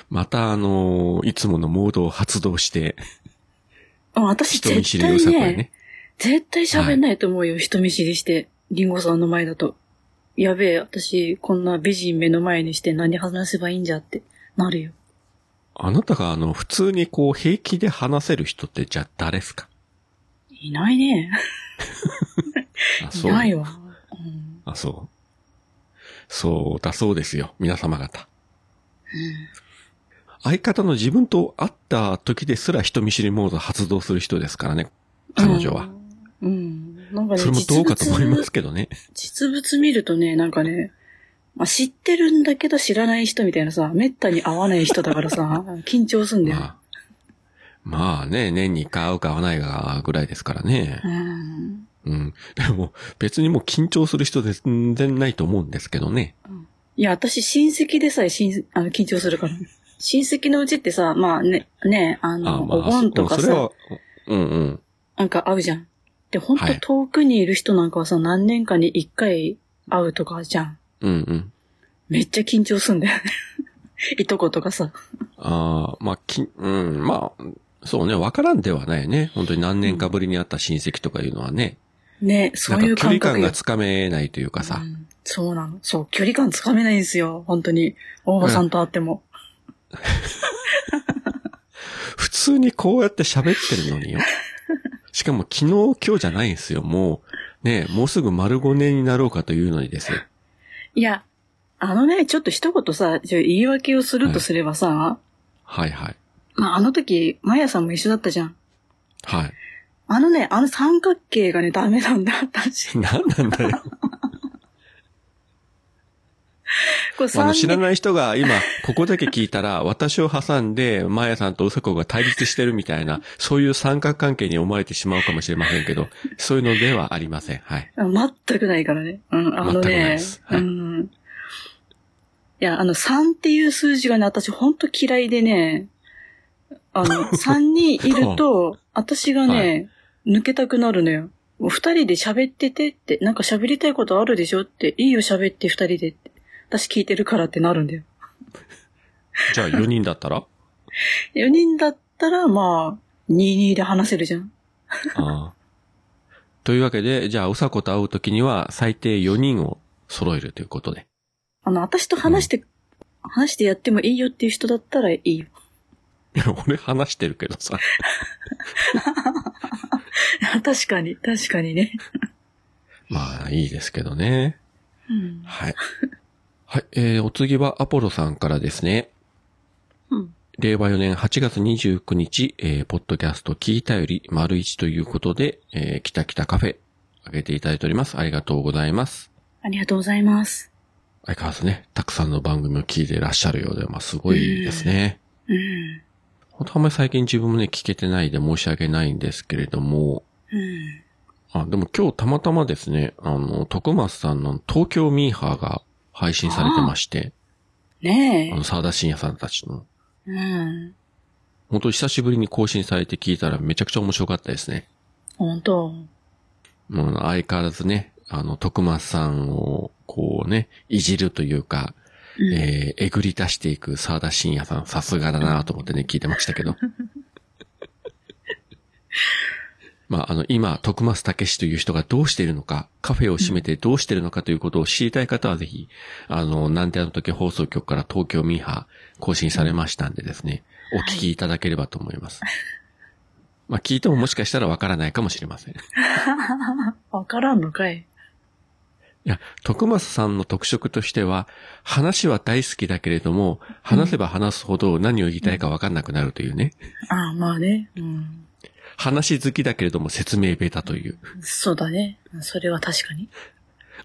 Speaker 1: またあのーいつものモードを発動して、
Speaker 2: もう私
Speaker 1: 人見知
Speaker 2: 絶
Speaker 1: りう
Speaker 2: 対
Speaker 1: さこや
Speaker 2: ね、
Speaker 1: ね。
Speaker 2: 絶対喋んないと思うよ、人見知りして。リンゴさんの前だと。やべえ、私、こんな美人目の前にして何話せばいいんじゃって、なるよ。
Speaker 1: あなたがあの、普通にこう平気で話せる人ってじゃあ誰ですか
Speaker 2: いないね。
Speaker 1: あ、
Speaker 2: い
Speaker 1: そう。
Speaker 2: ないわ。うん
Speaker 1: あ、そう。そうだそうですよ。皆様方。相方の自分と会った時ですら人見知りモード発動する人ですからね。彼女は。。
Speaker 2: うん。うんなんかね、
Speaker 1: それもどうかと思いま
Speaker 2: 実物
Speaker 1: すけどね。
Speaker 2: 実物見るとね、なんかね、まあ、知ってるんだけど知らない人みたいなさ、めったに会わない人だからさ、 緊張すんだよ。
Speaker 1: まあ。まあね、年に1回会うか会わないかぐらいですからね。
Speaker 2: うん。
Speaker 1: うん。でも、別にもう緊張する人で全然ないと思うんですけどね。
Speaker 2: いや、私、親戚でさえしんあの緊張するから。親戚のうちってさ、まあね、ね、あの、お盆とか
Speaker 1: それ
Speaker 2: さ
Speaker 1: は、、うんうん。
Speaker 2: なんか会うじゃん。で、ほんと
Speaker 1: はい
Speaker 2: 遠くにいる人なんかはさ、何年かに一回会うとかじゃん。
Speaker 1: うんうん。
Speaker 2: めっちゃ緊張すんだよね。 いとことかさ。
Speaker 1: ああ、まあ、き、うん、まあ、そうね、わからんではないね。本当に何年かぶりに会った親戚とかいうのはね。
Speaker 2: ね、そうい
Speaker 1: な
Speaker 2: うん
Speaker 1: か距離
Speaker 2: 感覚
Speaker 1: 感
Speaker 2: よ
Speaker 1: がつかめないというかさ
Speaker 2: う。んそうなの。そう、距離感つかめないんですよ。本当に。大場さんと会っても。
Speaker 1: 普通にこうやって喋ってるのによ。しかも昨日、今日じゃないんですよ。もう、ね、もうすぐ丸5年になろうかというのにですよ。
Speaker 2: いや、あのね、ちょっと一言さ、ちょ言い訳をするとすればさ、
Speaker 1: はいはい。
Speaker 2: まあ、あの時、マヤさんも一緒だったじゃん。
Speaker 1: はい。
Speaker 2: あのね、あの三角形がね、ダメなんだ、 私。
Speaker 1: 何なんだよ。
Speaker 2: これ
Speaker 1: あの、知ら
Speaker 2: い。
Speaker 1: ない人が今、ここだけ聞いたら、私を挟んで、マヤさんとうさこが対立してるみたいな、そういう三角関係に思われてしまうかもしれませんけど、そういうのではありません。はい。
Speaker 2: 全くないからね。うん、あの
Speaker 1: 全くない
Speaker 2: ね
Speaker 1: で、すはい
Speaker 2: うん。いや、あの、3っていう数字がね、私ほんと嫌いでね、あの、3 人いると、私がね、抜けたくなるのよ。もう二人で喋っててって、なんか喋りたいことあるでしょって、いいよ喋って二人でって。私聞いてるからってなるんだよ。
Speaker 1: じゃあ、4人だったら
Speaker 2: 4人だったら、まあ、22で話せるじゃん。
Speaker 1: ああというわけで、じゃあ、うさこと会うときには、最低4人を揃えるということで。
Speaker 2: あの、私と話して、話してやってもいいよっていう人だったらいいよ。
Speaker 1: いや 俺話してるけどさ。
Speaker 2: 確かに、確かにね。
Speaker 1: まあ、いいですけどね。
Speaker 2: うん。
Speaker 1: はい。はい。えー、お次はアポロさんからですね。
Speaker 2: うん。
Speaker 1: 令和4年8月29日、えー、ポッドキャスト聞いたより丸一ということで、えー、きたきたカフェ、あげていただいております。ありがとうございます。
Speaker 2: ありがとうございます。
Speaker 1: 相変わらずね、たくさんの番組を聞いていらっしゃるようで、まあ、すごいですね。
Speaker 2: うん。
Speaker 1: 本当あんまり最近自分もね、聞けてないで申し訳ないんですけれども、
Speaker 2: うん。
Speaker 1: あ、でも今日たまたまですね、あの、徳松さんの東京ミーハーが配信されてまして、あ
Speaker 2: ね
Speaker 1: の、沢田信也さんたちの、
Speaker 2: え。うん。
Speaker 1: 本当久しぶりに更新されて聞いたらめちゃくちゃ面白かったですね。
Speaker 2: 本当
Speaker 1: もう相変わらずね、あの、徳松さんを、こうね、いじるというか、
Speaker 2: うん
Speaker 1: えーえぐり出していく沢田信也さん、さすがだなと思ってね、聞いてましたけ ど。まあ、あの、今、徳松武史という人がどうしているのか、カフェを閉めてどうしているのかということを知りたい方はぜひ、あの、なんであの時放送局から東京ミーハー更新されましたんでですね、お聞きいただければと思います。まあ、聞いてももしかしたらわからないかもしれません。
Speaker 2: わからんのかい。
Speaker 1: いや、徳松さんの特色としては、話は大好きだけれども、話せば話すほど何を言いたいか分かんなくなるというね。
Speaker 2: ああ、まあね。うん。
Speaker 1: 話好きだけれども説明下手という。
Speaker 2: そうだね。それは確かに。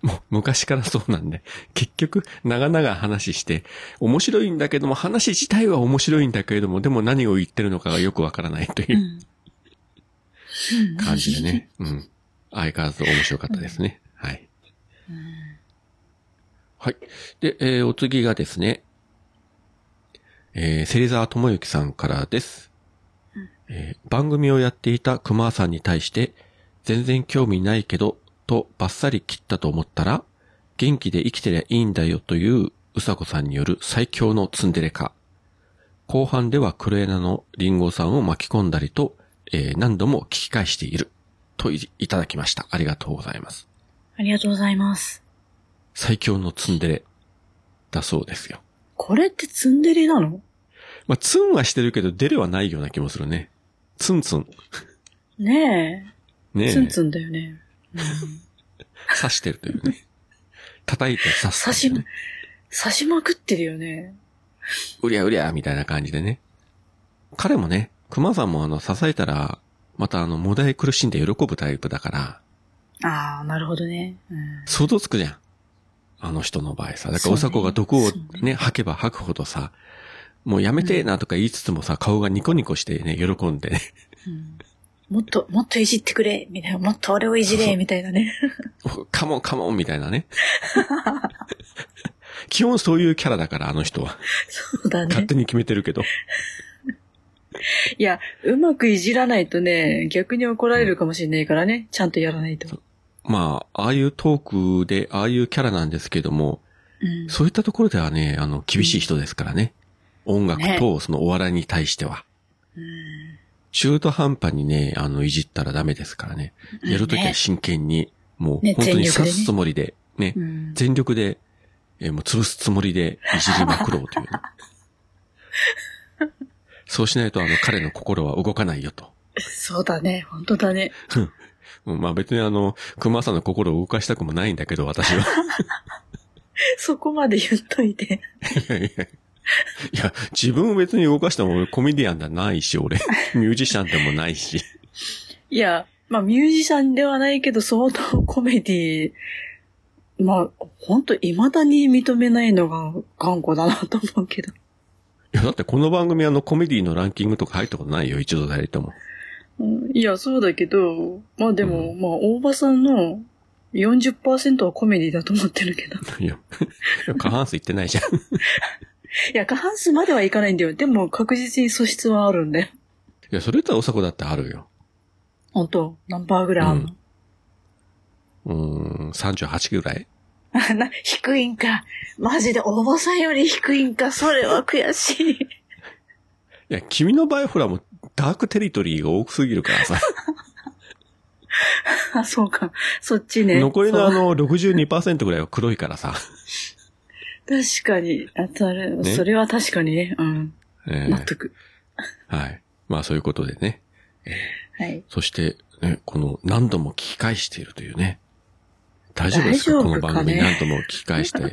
Speaker 1: もう昔からそうなんで、結局、長々話して、面白いんだけども、話自体は面白いんだけれども、でも何を言ってるのかがよく分からないという
Speaker 2: うん。
Speaker 1: 感じでね。うん。相変わらず面白かったですね。はい。はい。で、えーお次がですね、えー、芹沢智之さんからです。えー番組をやっていた熊さんに対して、全然興味ないけど、とバッサリ切ったと思ったら、元気で生きてりゃいいんだよといううさこさんによる最強のツンデレ化。後半ではクレーナのリンゴさんを巻き込んだりと、えー何度も聞き返している。といいただきました。ありがとうございます。
Speaker 2: ありがとうございます。
Speaker 1: 最強のツンデレ。だそうですよ。
Speaker 2: これってツンデレなの
Speaker 1: まあ、ツンはしてるけど、デレはないような気もするね。ツンツン。
Speaker 2: ねえ。
Speaker 1: ねえ。
Speaker 2: ツンツンだよね。
Speaker 1: 刺してるというね。叩いて刺
Speaker 2: 刺
Speaker 1: すと
Speaker 2: し
Speaker 1: いう
Speaker 2: ま
Speaker 1: ね。、
Speaker 2: 刺しまくってるよね。
Speaker 1: うりゃうりゃみたいな感じでね。彼もね、熊さんもあの、支えたら、またあの、もだえ苦しんで喜ぶタイプだから、
Speaker 2: ああ、なるほどね。うん
Speaker 1: 想像つくじゃん。あの人の場合さ。だか
Speaker 2: そう
Speaker 1: ら、お
Speaker 2: ね
Speaker 1: さこが毒を
Speaker 2: そうね
Speaker 1: ね、吐けば吐くほどさ、もうやめてえなとか言いつつもさ、顔がニコニコしてね、喜んでね、
Speaker 2: うんもっと、もっといじってくれ、みたいな。もっと俺をい
Speaker 1: そ
Speaker 2: じ
Speaker 1: うそ
Speaker 2: れ、
Speaker 1: う
Speaker 2: みたいなね。
Speaker 1: カモンカモンみたい なね。基本そういうキャラだから、あの人は。
Speaker 2: そうだね
Speaker 1: 勝。手に決めてるけど。
Speaker 2: いや、うまくいじらないとね、逆に怒られるかもしれないからね。ちゃんとやらないと。
Speaker 1: まあ、ああいうトークで、ああいうキャラなんですけども、
Speaker 2: うん。
Speaker 1: そういったところではね、あの、厳しい人ですからね。音楽とそのお笑いに対しては。
Speaker 2: うん
Speaker 1: 中途半端にね、あの、いじったらダメですからね。やるときは真剣に、もう
Speaker 2: ね
Speaker 1: 本当に
Speaker 2: 全力で
Speaker 1: 刺
Speaker 2: ね
Speaker 1: すつもりで、ね、
Speaker 2: うん
Speaker 1: 全力で、えーもう潰すつもりでいじりまくろうという、 ね。そうしないと、あの、彼の心は動かないよと。
Speaker 2: そうだね。本当だね。
Speaker 1: うんまあ別にあの、熊さんの心を動かしたくもないんだけど、私は。
Speaker 2: そこまで言っといて。
Speaker 1: いやいや。いや、自分を別に動かしても俺コメディアンではないし、俺、 ミュージシャンでもないし。
Speaker 2: いや、まあミュージシャンではないけど、相当コメディ、まあ、本当未だに認めないのが頑固だなと思うけど。
Speaker 1: いや、だってこの番組あのコメディのランキングとか入ったことないよ、一度誰とも。
Speaker 2: うんいや、そうだけど、まあでも、
Speaker 1: う
Speaker 2: まあ、大場さんの40%はコメディだと思ってるけど。
Speaker 1: いや、いや過半数いってないじゃん。 い
Speaker 2: いや、過半数まではいかないんだよ。でも、確実に素質はあるんだよ。
Speaker 1: や、それとはおさこだってあるよ。
Speaker 2: 本当ナンバーぐらいあるの。
Speaker 1: うーん、38ぐらい。
Speaker 2: あ な、低いんか。マジで大場さんより低いんか。それは悔しい。
Speaker 1: いや、君の場合ほらもう、ダークテリトリーが多すぎるからさ。
Speaker 2: あ、そうか。そっちね。
Speaker 1: 残り
Speaker 2: そ
Speaker 1: の
Speaker 2: う
Speaker 1: あの、62%ぐらいは黒いからさ。
Speaker 2: 確かに。あたる、
Speaker 1: ね
Speaker 2: それは確かにね。うん。
Speaker 1: え
Speaker 2: 納
Speaker 1: え
Speaker 2: 得。
Speaker 1: はい。まあそういうことでね。
Speaker 2: はい。
Speaker 1: そして、ね、この何度も聞き返しているというね。大丈夫ですか
Speaker 2: 大丈
Speaker 1: この
Speaker 2: 夫かね
Speaker 1: 番組何度も聞き 返して。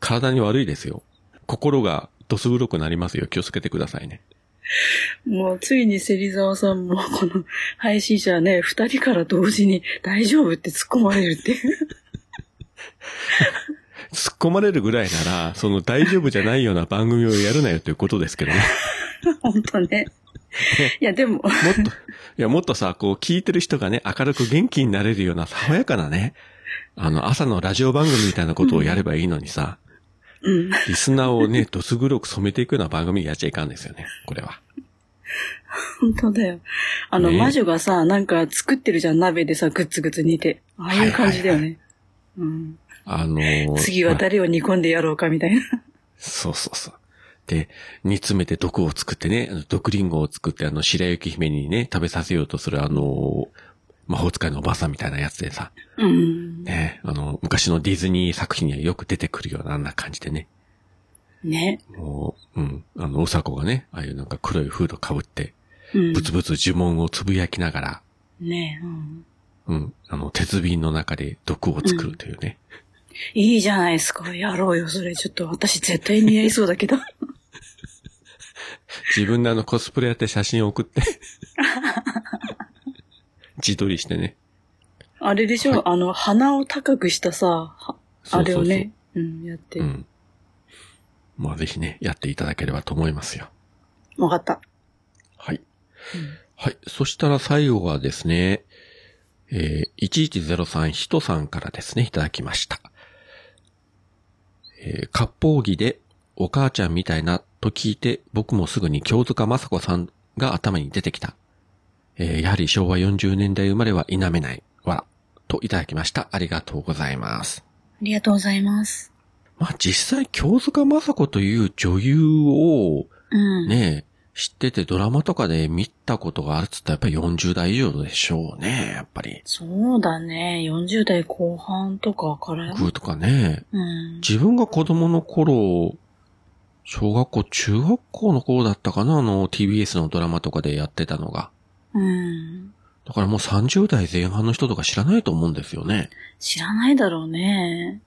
Speaker 1: 体に悪いですよ。心がドス黒くなりますよ。気をつけてくださいね。
Speaker 2: もう、ついに芹沢さんも、この、 配信者ね、二人から同時に、大丈夫って突っ込まれるっていう。
Speaker 1: 突っ込まれるぐらいなら、その大丈夫じゃないような番組をやるなよということですけど ね。
Speaker 2: 本当ね。いや、でも、
Speaker 1: もっと、いや、もっとさ、こう聞いてる人がね、明るく元気になれるような爽やかなね、あの、朝のラジオ番組みたいなことをやればいいのにさ、
Speaker 2: うん。
Speaker 1: リスナーをね、ドス黒く染めていくような番組やっちゃいかんですよね。これは。
Speaker 2: 本当だよ。あの、
Speaker 1: ね
Speaker 2: 魔女がさ、なんか作ってるじゃん、鍋でさ、グツグツ煮て。ああいう感じだよね。うん。
Speaker 1: あのー
Speaker 2: 次は
Speaker 1: まあ
Speaker 2: 誰を煮込んでやろうか、みたいな。
Speaker 1: そうそうそう。で、煮詰めて毒を作ってね、あの毒リンゴを作って、あの、白雪姫にね、食べさせようとするあの、魔法使いのおばさんみたいなやつでさ、
Speaker 2: うん。
Speaker 1: ね、あの、昔のディズニー作品にはよく出てくるようなあんな感じでね、
Speaker 2: ね。
Speaker 1: もう、うん、あの、おさこがね、ああいうなんか黒いフード被って、
Speaker 2: うん
Speaker 1: ブ。ツブツ呪文をつぶやきながら、
Speaker 2: ね
Speaker 1: う
Speaker 2: うん。
Speaker 1: ん、あの、鉄瓶の中で毒を作るというね。
Speaker 2: いいじゃないですか。やろうよ、それ。ちょっと私絶対似合いそうだけど。
Speaker 1: 自分であの、コスプレやって写真を送 って、自撮りしてね。
Speaker 2: あれでしょ、
Speaker 1: はい
Speaker 2: あの、鼻を高くしたさ、は
Speaker 1: そ
Speaker 2: あ
Speaker 1: うそう
Speaker 2: れ
Speaker 1: そう
Speaker 2: をね、うん、やって。
Speaker 1: う
Speaker 2: わ、
Speaker 1: ん。まあ、ぜひね、やっていただければと思いますよ。
Speaker 2: かった。
Speaker 1: はい。
Speaker 2: うん
Speaker 1: はい。そしたら最後はですね、えー、1103ひとさんからですね、いただきました。えー、割烹着でお母ちゃんみたいなと聞いて、僕もすぐに京塚雅子さんが頭に出てきた。えーやはり昭和40年代生まれは否めない。わら。といただきました。ありがとうございます。
Speaker 2: りがとうございます。
Speaker 1: まあ実際、京塚雅子という女優を
Speaker 2: うん。
Speaker 1: ね、知っててドラマとかで見たことがあるっつったらやっぱり40代以上でしょうね、やっぱり。
Speaker 2: そうだね。40代後半とかから。
Speaker 1: グーとかね。
Speaker 2: うん。
Speaker 1: 自分が子供の頃、小学校、中学校の頃だったかなあの TBS のドラマとかでやってたのが。
Speaker 2: うん。
Speaker 1: だからもう30代前半の人とか知らないと思うんですよね。
Speaker 2: 知らないだろうね。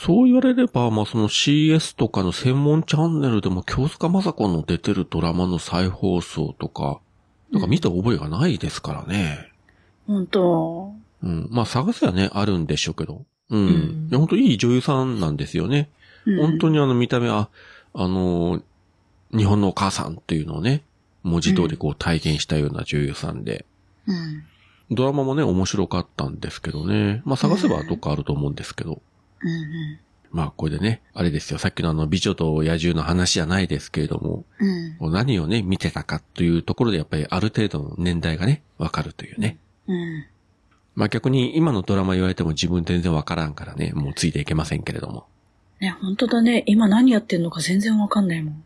Speaker 1: そう言われれば、まあ、その CS とかの専門チャンネルでも、京塚雅子の出てるドラマの再放送とか、なんか見た覚えがないですからね。
Speaker 2: ほんと。
Speaker 1: うん。まあ、探せはね、あるんでしょうけど。うん。
Speaker 2: うん
Speaker 1: いや、本当いい女優さんなんですよね。
Speaker 2: うん、
Speaker 1: 本当にあの、見た目は、あのー日本のお母さんっていうのをね、文字通りこう体現したような女優さんで、
Speaker 2: うん。
Speaker 1: ドラマもね、面白かったんですけどね。まあ、探せばどっかあると思うんですけど。
Speaker 2: うんう
Speaker 1: まあ、これでね、あれですよ。さっきのあの、美女と野獣の話じゃないですけれども、
Speaker 2: ん。うん。
Speaker 1: もう何をね、見てたかというところで、やっぱりある程度の年代がね、わかるというね。
Speaker 2: うん。
Speaker 1: まあ逆に、今のドラマ言われても自分全然わからんからね、もうついていけませんけれども。
Speaker 2: ね、本当だね。今何やってんのか全然わかんないもん。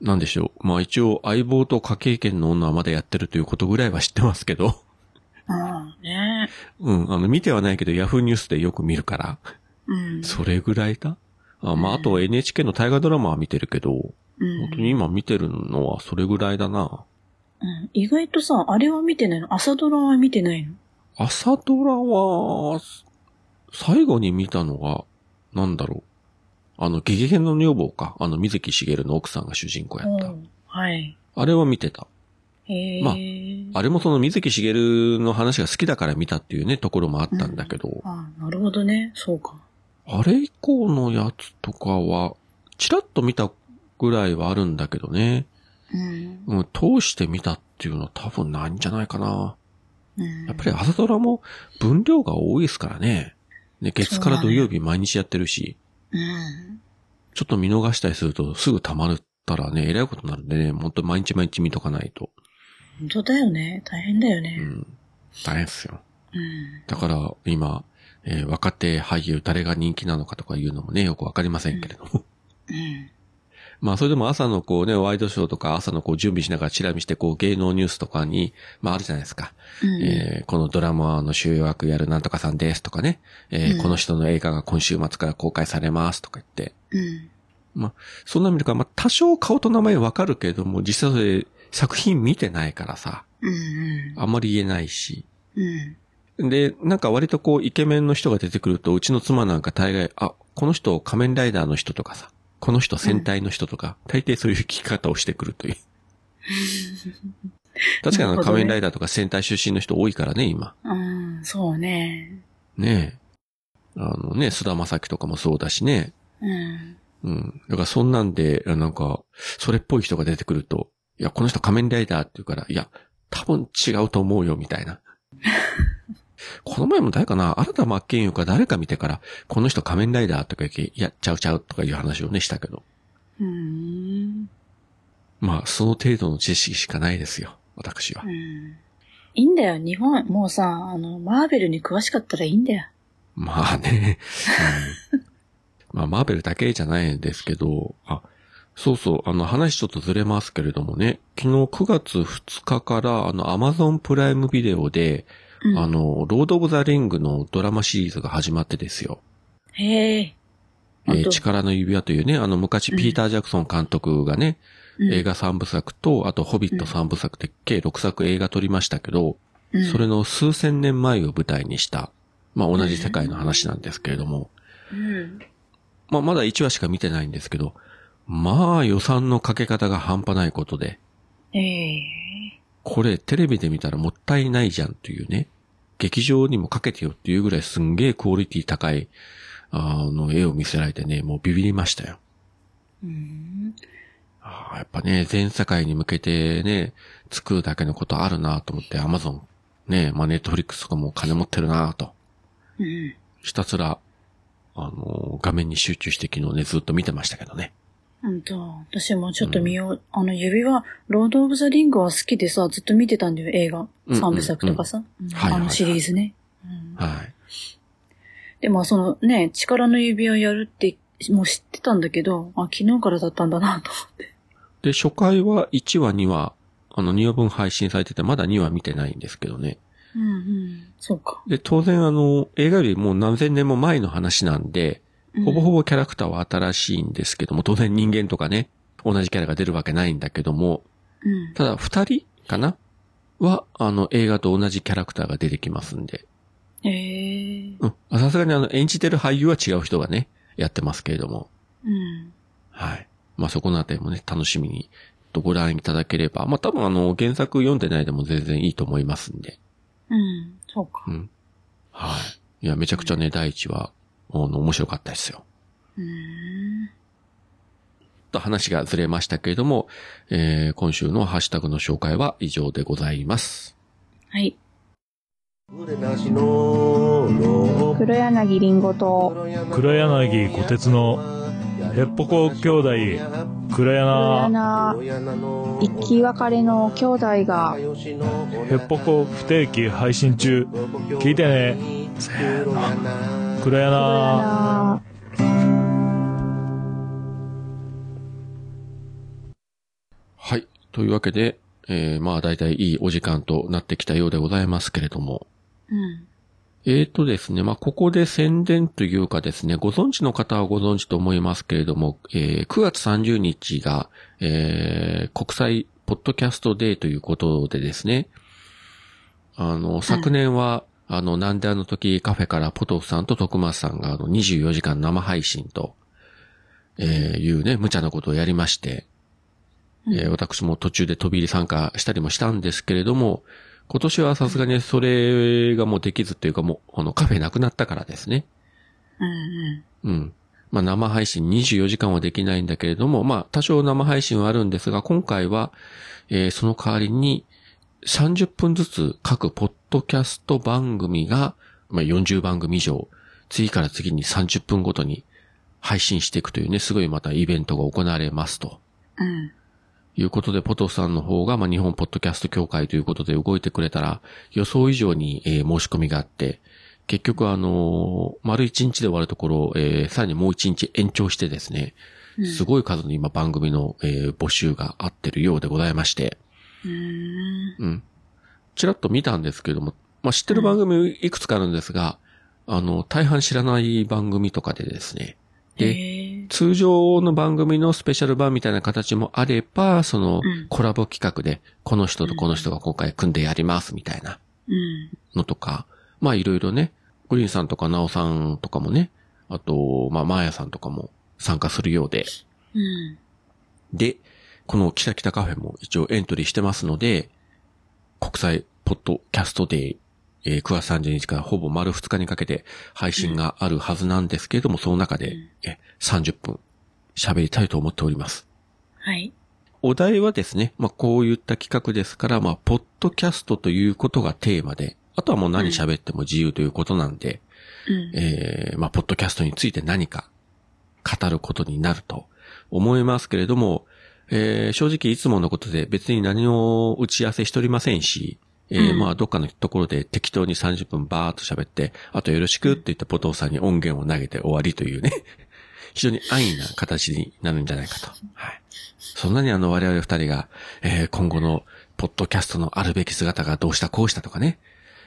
Speaker 1: なんでしょう。まあ一応、相棒と家経験の女はまだやってるということぐらいは知ってますけど。
Speaker 2: ああ、ね。
Speaker 1: うん、あの、見てはないけど、ヤフーニュースでよく見るから。
Speaker 2: うん。
Speaker 1: それぐらいだ。あまああと NHK の大河ドラマは見てるけど、
Speaker 2: うん。
Speaker 1: 本当に今見てるのはそれぐらいだな。
Speaker 2: うん。意外とさ、あれは見てないの朝ドラは見てないの
Speaker 1: 朝ドラは、最後に見たのが、なんだろう。あの、ゲゲゲの女房か。あの、水木しげるの奥さんが主人公やった
Speaker 2: う。んはい。
Speaker 1: あれは見てた。
Speaker 2: へえ。
Speaker 1: まあれもその水木しげるの話が好きだから見たっていうね、ところもあったんだけど、
Speaker 2: ああ、なるほどね。そうか。
Speaker 1: あれ以降のやつとかは、ちらっと見たぐらいはあるんだけどね。
Speaker 2: うん。
Speaker 1: うん、通して見たっていうのは多分ないんじゃないかな。
Speaker 2: うん
Speaker 1: やっぱり朝ドラも分量が多いですからね。ね、月から土曜日毎日やってるし。
Speaker 2: うん。
Speaker 1: ちょっと見逃したりするとすぐ溜まったらね、えらいことになるんでね、ほんと毎日毎日見とかないと。
Speaker 2: 本当だよね。大変だよ
Speaker 1: う
Speaker 2: ね。
Speaker 1: ん。大変っすよ。
Speaker 2: うん。
Speaker 1: だから今、えー若手俳優誰が人気なのかとかいうのもね、よくわかりませんけれども。
Speaker 2: うん。
Speaker 1: まあそれでも朝のこうね、ワイドショーとか朝のこう準備しながらチラ見してこう芸能ニュースとかに、まああるじゃないですか。
Speaker 2: うん。
Speaker 1: えーこのドラマの主役やるなんとかさんですとかね、えー
Speaker 2: うん
Speaker 1: この人の映画が今週末から公開されますとか言って、
Speaker 2: うん。
Speaker 1: そんな意味とか、まあ、多少顔と名前わかるけれども、実際それ作品見てないからさ、
Speaker 2: うん。
Speaker 1: あんまり言えないし。
Speaker 2: うん。
Speaker 1: で、なんか割とこう、イケメンの人が出てくると、うちの妻なんか大概、あ、この人仮面ライダーの人とかさ、この人戦隊の人とか、大抵そういう聞き方をしてくると いう。確かにあ
Speaker 2: なるほど
Speaker 1: の
Speaker 2: ね
Speaker 1: 仮面ライダーとか戦隊出身の人多いからね、今。
Speaker 2: うん。そうね。
Speaker 1: ねえ。あのね、菅田将暉とかもそうだしね。
Speaker 2: うん。
Speaker 1: うん。だからそんなんで、あなんか、それっぽい人が出てくると、いや、この人仮面ライダーって言うから、いや、多分違うと思うよ、みたいな。この前も誰かな新田真剣佑か誰か見てから、この人仮面ライダーとか言って、いや、ちゃうちゃうとかいう話をね、したけど。
Speaker 2: うん。
Speaker 1: まあ、その程度の知識しかないですよ、私は
Speaker 2: う。ん。いいんだよ。日本、もうさ、あの、マーベルに詳しかったらいいんだよ。
Speaker 1: まあね。うんまあ、マーベルだけじゃないんですけど、あ、そうそう、あの話ちょっとずれますけれどもね、昨日9月2日から、あの、アマゾンプライムビデオで、
Speaker 2: うん、
Speaker 1: あの、ロード・オブ・ザ・リングのドラマシリーズが始まってですよ。
Speaker 2: へえ。
Speaker 1: え
Speaker 2: ほん
Speaker 1: ー
Speaker 2: と
Speaker 1: 力の指輪というね、あの、昔
Speaker 2: うん
Speaker 1: ピーター・ジャクソン監督がね、
Speaker 2: うん
Speaker 1: 映画3部作と、あと、ホビット3部作で計6作映画撮りましたけど、
Speaker 2: うん
Speaker 1: それの数千年前を舞台にした、まあ、同じ世界の話なんですけれども、
Speaker 2: うん。
Speaker 1: まあ、まだ1話しか見てないんですけど、まあ予算のかけ方が半端ないことで、
Speaker 2: ええ。
Speaker 1: これテレビで見たらもったいないじゃんというね、劇場にもかけてよっていうぐらいすんげえクオリティ高い、あの、絵を見せられてね、もうビビりましたよ。
Speaker 2: うん。
Speaker 1: ああやっぱね、全世界に向けてね、作るだけのことあるなと思って、アマゾン、ね、まあネットフリックスとかも金持ってるなと、
Speaker 2: うん。
Speaker 1: ひたすら、あの、画面に集中して昨日ね、ずっと見てましたけどね。
Speaker 2: うんと、私もちょっと見よう。あの、指輪、ロード・オブ・ザ・リングは好きでさ、ずっと見てたんだよ、映画。
Speaker 1: うん
Speaker 2: 三部作とかさ。うん
Speaker 1: はいはい
Speaker 2: あのシリーズね。うん
Speaker 1: はい。
Speaker 2: で、まあそのね、力の指輪やるって、もう知ってたんだけど、あ、昨日からだったんだなと思って。
Speaker 1: で、初回は1話、2話、あの、2話分配信されてて、まだ2話見てないんですけどね。
Speaker 2: うんうん。そうか。
Speaker 1: で、当然あの、映画よりもう何千年も前の話なんで、ほぼほ
Speaker 2: ぼ。
Speaker 1: ぼキャラクターは新しいんですけども、当然人間とかね、同じキャラが出るわけないんだけども、
Speaker 2: うん。
Speaker 1: ただ二人かなは、あの、映画と同じキャラクターが出てきますんで。
Speaker 2: ええ
Speaker 1: うん。あさすがにあの、演じてる俳優は違う人がね、やってますけれども。
Speaker 2: うん。
Speaker 1: はい。まあそこのあたりもね、楽しみにとご覧いただければ。まあ多分あの、原作読んでないでも全然いいと思いますんで。
Speaker 2: うん。そうか。
Speaker 1: うん。はい。いや、めちゃくちゃね、第一話、あの、面白かったですよ。
Speaker 2: うーん。
Speaker 1: ちょっと話がずれましたけれども、えー今週のハッシュタグの紹介は以上でございます。
Speaker 2: はい。
Speaker 5: 黒柳りんごと
Speaker 6: 黒柳小鉄のへっぽこ兄弟黒
Speaker 5: 黒
Speaker 6: 柳
Speaker 5: 柳生き別れの兄弟が
Speaker 6: へっぽこ不定期配信中聞いてねせーの黒柳
Speaker 5: 黒
Speaker 1: はい。というわけで、えーまあ大体いいお時間となってきたようでございますけれども。
Speaker 2: うん。
Speaker 1: えーとですね、まあここで宣伝というかですね、ご存知の方はご存知と思いますけれども、えー9月30日が、えー国際ポッドキャストデーということでですね、あの、昨年は、あの、なんであの時カフェからポトフさんと徳松さんがあの24時間生配信と、えーいうね、無茶なことをやりまして、
Speaker 2: うん
Speaker 1: えー私も途中で飛び入り参加したりもしたんですけれども、今年はさすがにそれがもうできずというかもう、あのカフェなくなったからですね。
Speaker 2: うんうん。
Speaker 1: うん。まあ生配信24時間はできないんだけれども、まあ多少生配信はあるんですが、今回は、えーその代わりに30分ずつ各ポッドキャスト番組が、まあ40番組以上、次から次に30分ごとに配信していくというね、すごいまたイベントが行われますと。
Speaker 2: うん。
Speaker 1: ということで、ポトフさんの方が、まあ、日本ポッドキャスト協会ということで動いてくれたら、予想以上に、えー申し込みがあって、結局、あのー丸一日で終わるところ、えーさらにもう一日延長してですね、
Speaker 2: うん
Speaker 1: すごい数の今番組の、えー募集があってるようでございまして、
Speaker 2: うーん。
Speaker 1: うん。ちらっと見たんですけども、まあ、知ってる番組いくつかあるんですが、あの、大半知らない番組とかでですね、で
Speaker 2: え
Speaker 1: 通常の番組のスペシャル版みたいな形もあれば、その
Speaker 2: うん
Speaker 1: コラボ企画で、この人とこの人が今回組んでやりますみたいな
Speaker 2: うん。
Speaker 1: のとか、まあいろいろね、グリーンさんとかナオさんとかもね、あと、まあマーヤさんとかも参加するようで、
Speaker 2: うん。
Speaker 1: で、このキタキタカフェも一応エントリーしてますので、国際ポッドキャストデー、えー9月30日からほぼ丸2日にかけて配信があるはずなんですけれども、その中で
Speaker 2: うん
Speaker 1: え30分喋りたいと思っております。
Speaker 2: はい。
Speaker 1: お題はですね、まあ、こういった企画ですから、まあ、ポッドキャストということがテーマで、あとはもう何喋っても自由ということなんで、
Speaker 2: うん。
Speaker 1: えーまあ、ポッドキャストについて何か語ることになると思いますけれども、えー正直いつものことで別に何を打ち合わせしておりませんし、えー
Speaker 2: うん
Speaker 1: まあ、どっかのところで適当に30分バーっと喋って、あとよろしくって言ってポトフさんに音源を投げて終わりというね、 非常に安易な形になるんじゃないかと。はい。そんなにあの我々二人が、えー今後のポッドキャストのあるべき姿がどうしたこうしたとかね、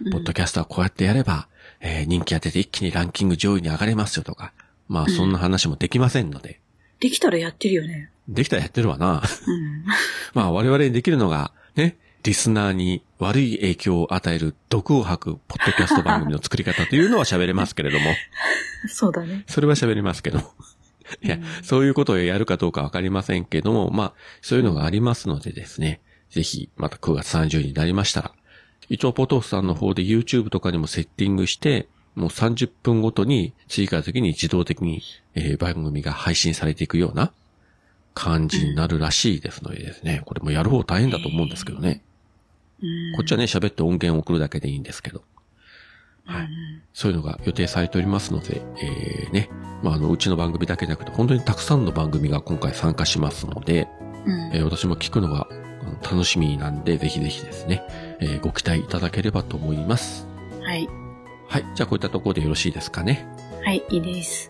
Speaker 2: うん
Speaker 1: ポッドキャストはこうやってやれば、えー人気が出て一気にランキング上位に上がれますよとか、まあそんな話もできませんので、
Speaker 2: できたらやってるよね。
Speaker 1: できたらやってるわな。
Speaker 2: うん。
Speaker 1: まあ我々にできるのが、ね、リスナーに悪い影響を与える毒を吐くポッドキャスト番組の作り方というのは喋れますけれ ども、
Speaker 2: そうだね。
Speaker 1: それは喋りますけど。いや、そういうことをやるかどうかわかりませんけども、まあ、そういうのがありますのでですね、ぜひ、また9月30になりましたら、一応ポトフさんの方で YouTube とかにもセッティングして、もう30分ごとに、追加的に自動的に、えー番組が配信されていくような感じになるらしいですのでですね、これもやる方大変だと思うんですけどね。
Speaker 2: うん
Speaker 1: こっちはね、喋って音源を送るだけでいいんですけど。はいそういうのが予定されておりますので、えー、ね、まあ、あの、うちの番組だけじゃなくて、本当にたくさんの番組が今回参加しますので、
Speaker 2: うん
Speaker 1: えー私も聞くのがあの楽しみなんで、ぜひぜひですね、えーご期待いただければと思います。
Speaker 2: はい。
Speaker 1: はい。じゃあ、こういったところでよろしいですかね。
Speaker 2: はい、いいです。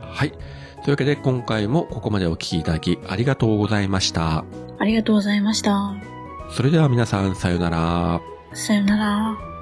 Speaker 1: はい。というわけで、今回もここまでお聞きいただき、ありがとうございました。
Speaker 2: ありがとうございました。
Speaker 1: それでは皆さん、さようなら。
Speaker 2: さよなら。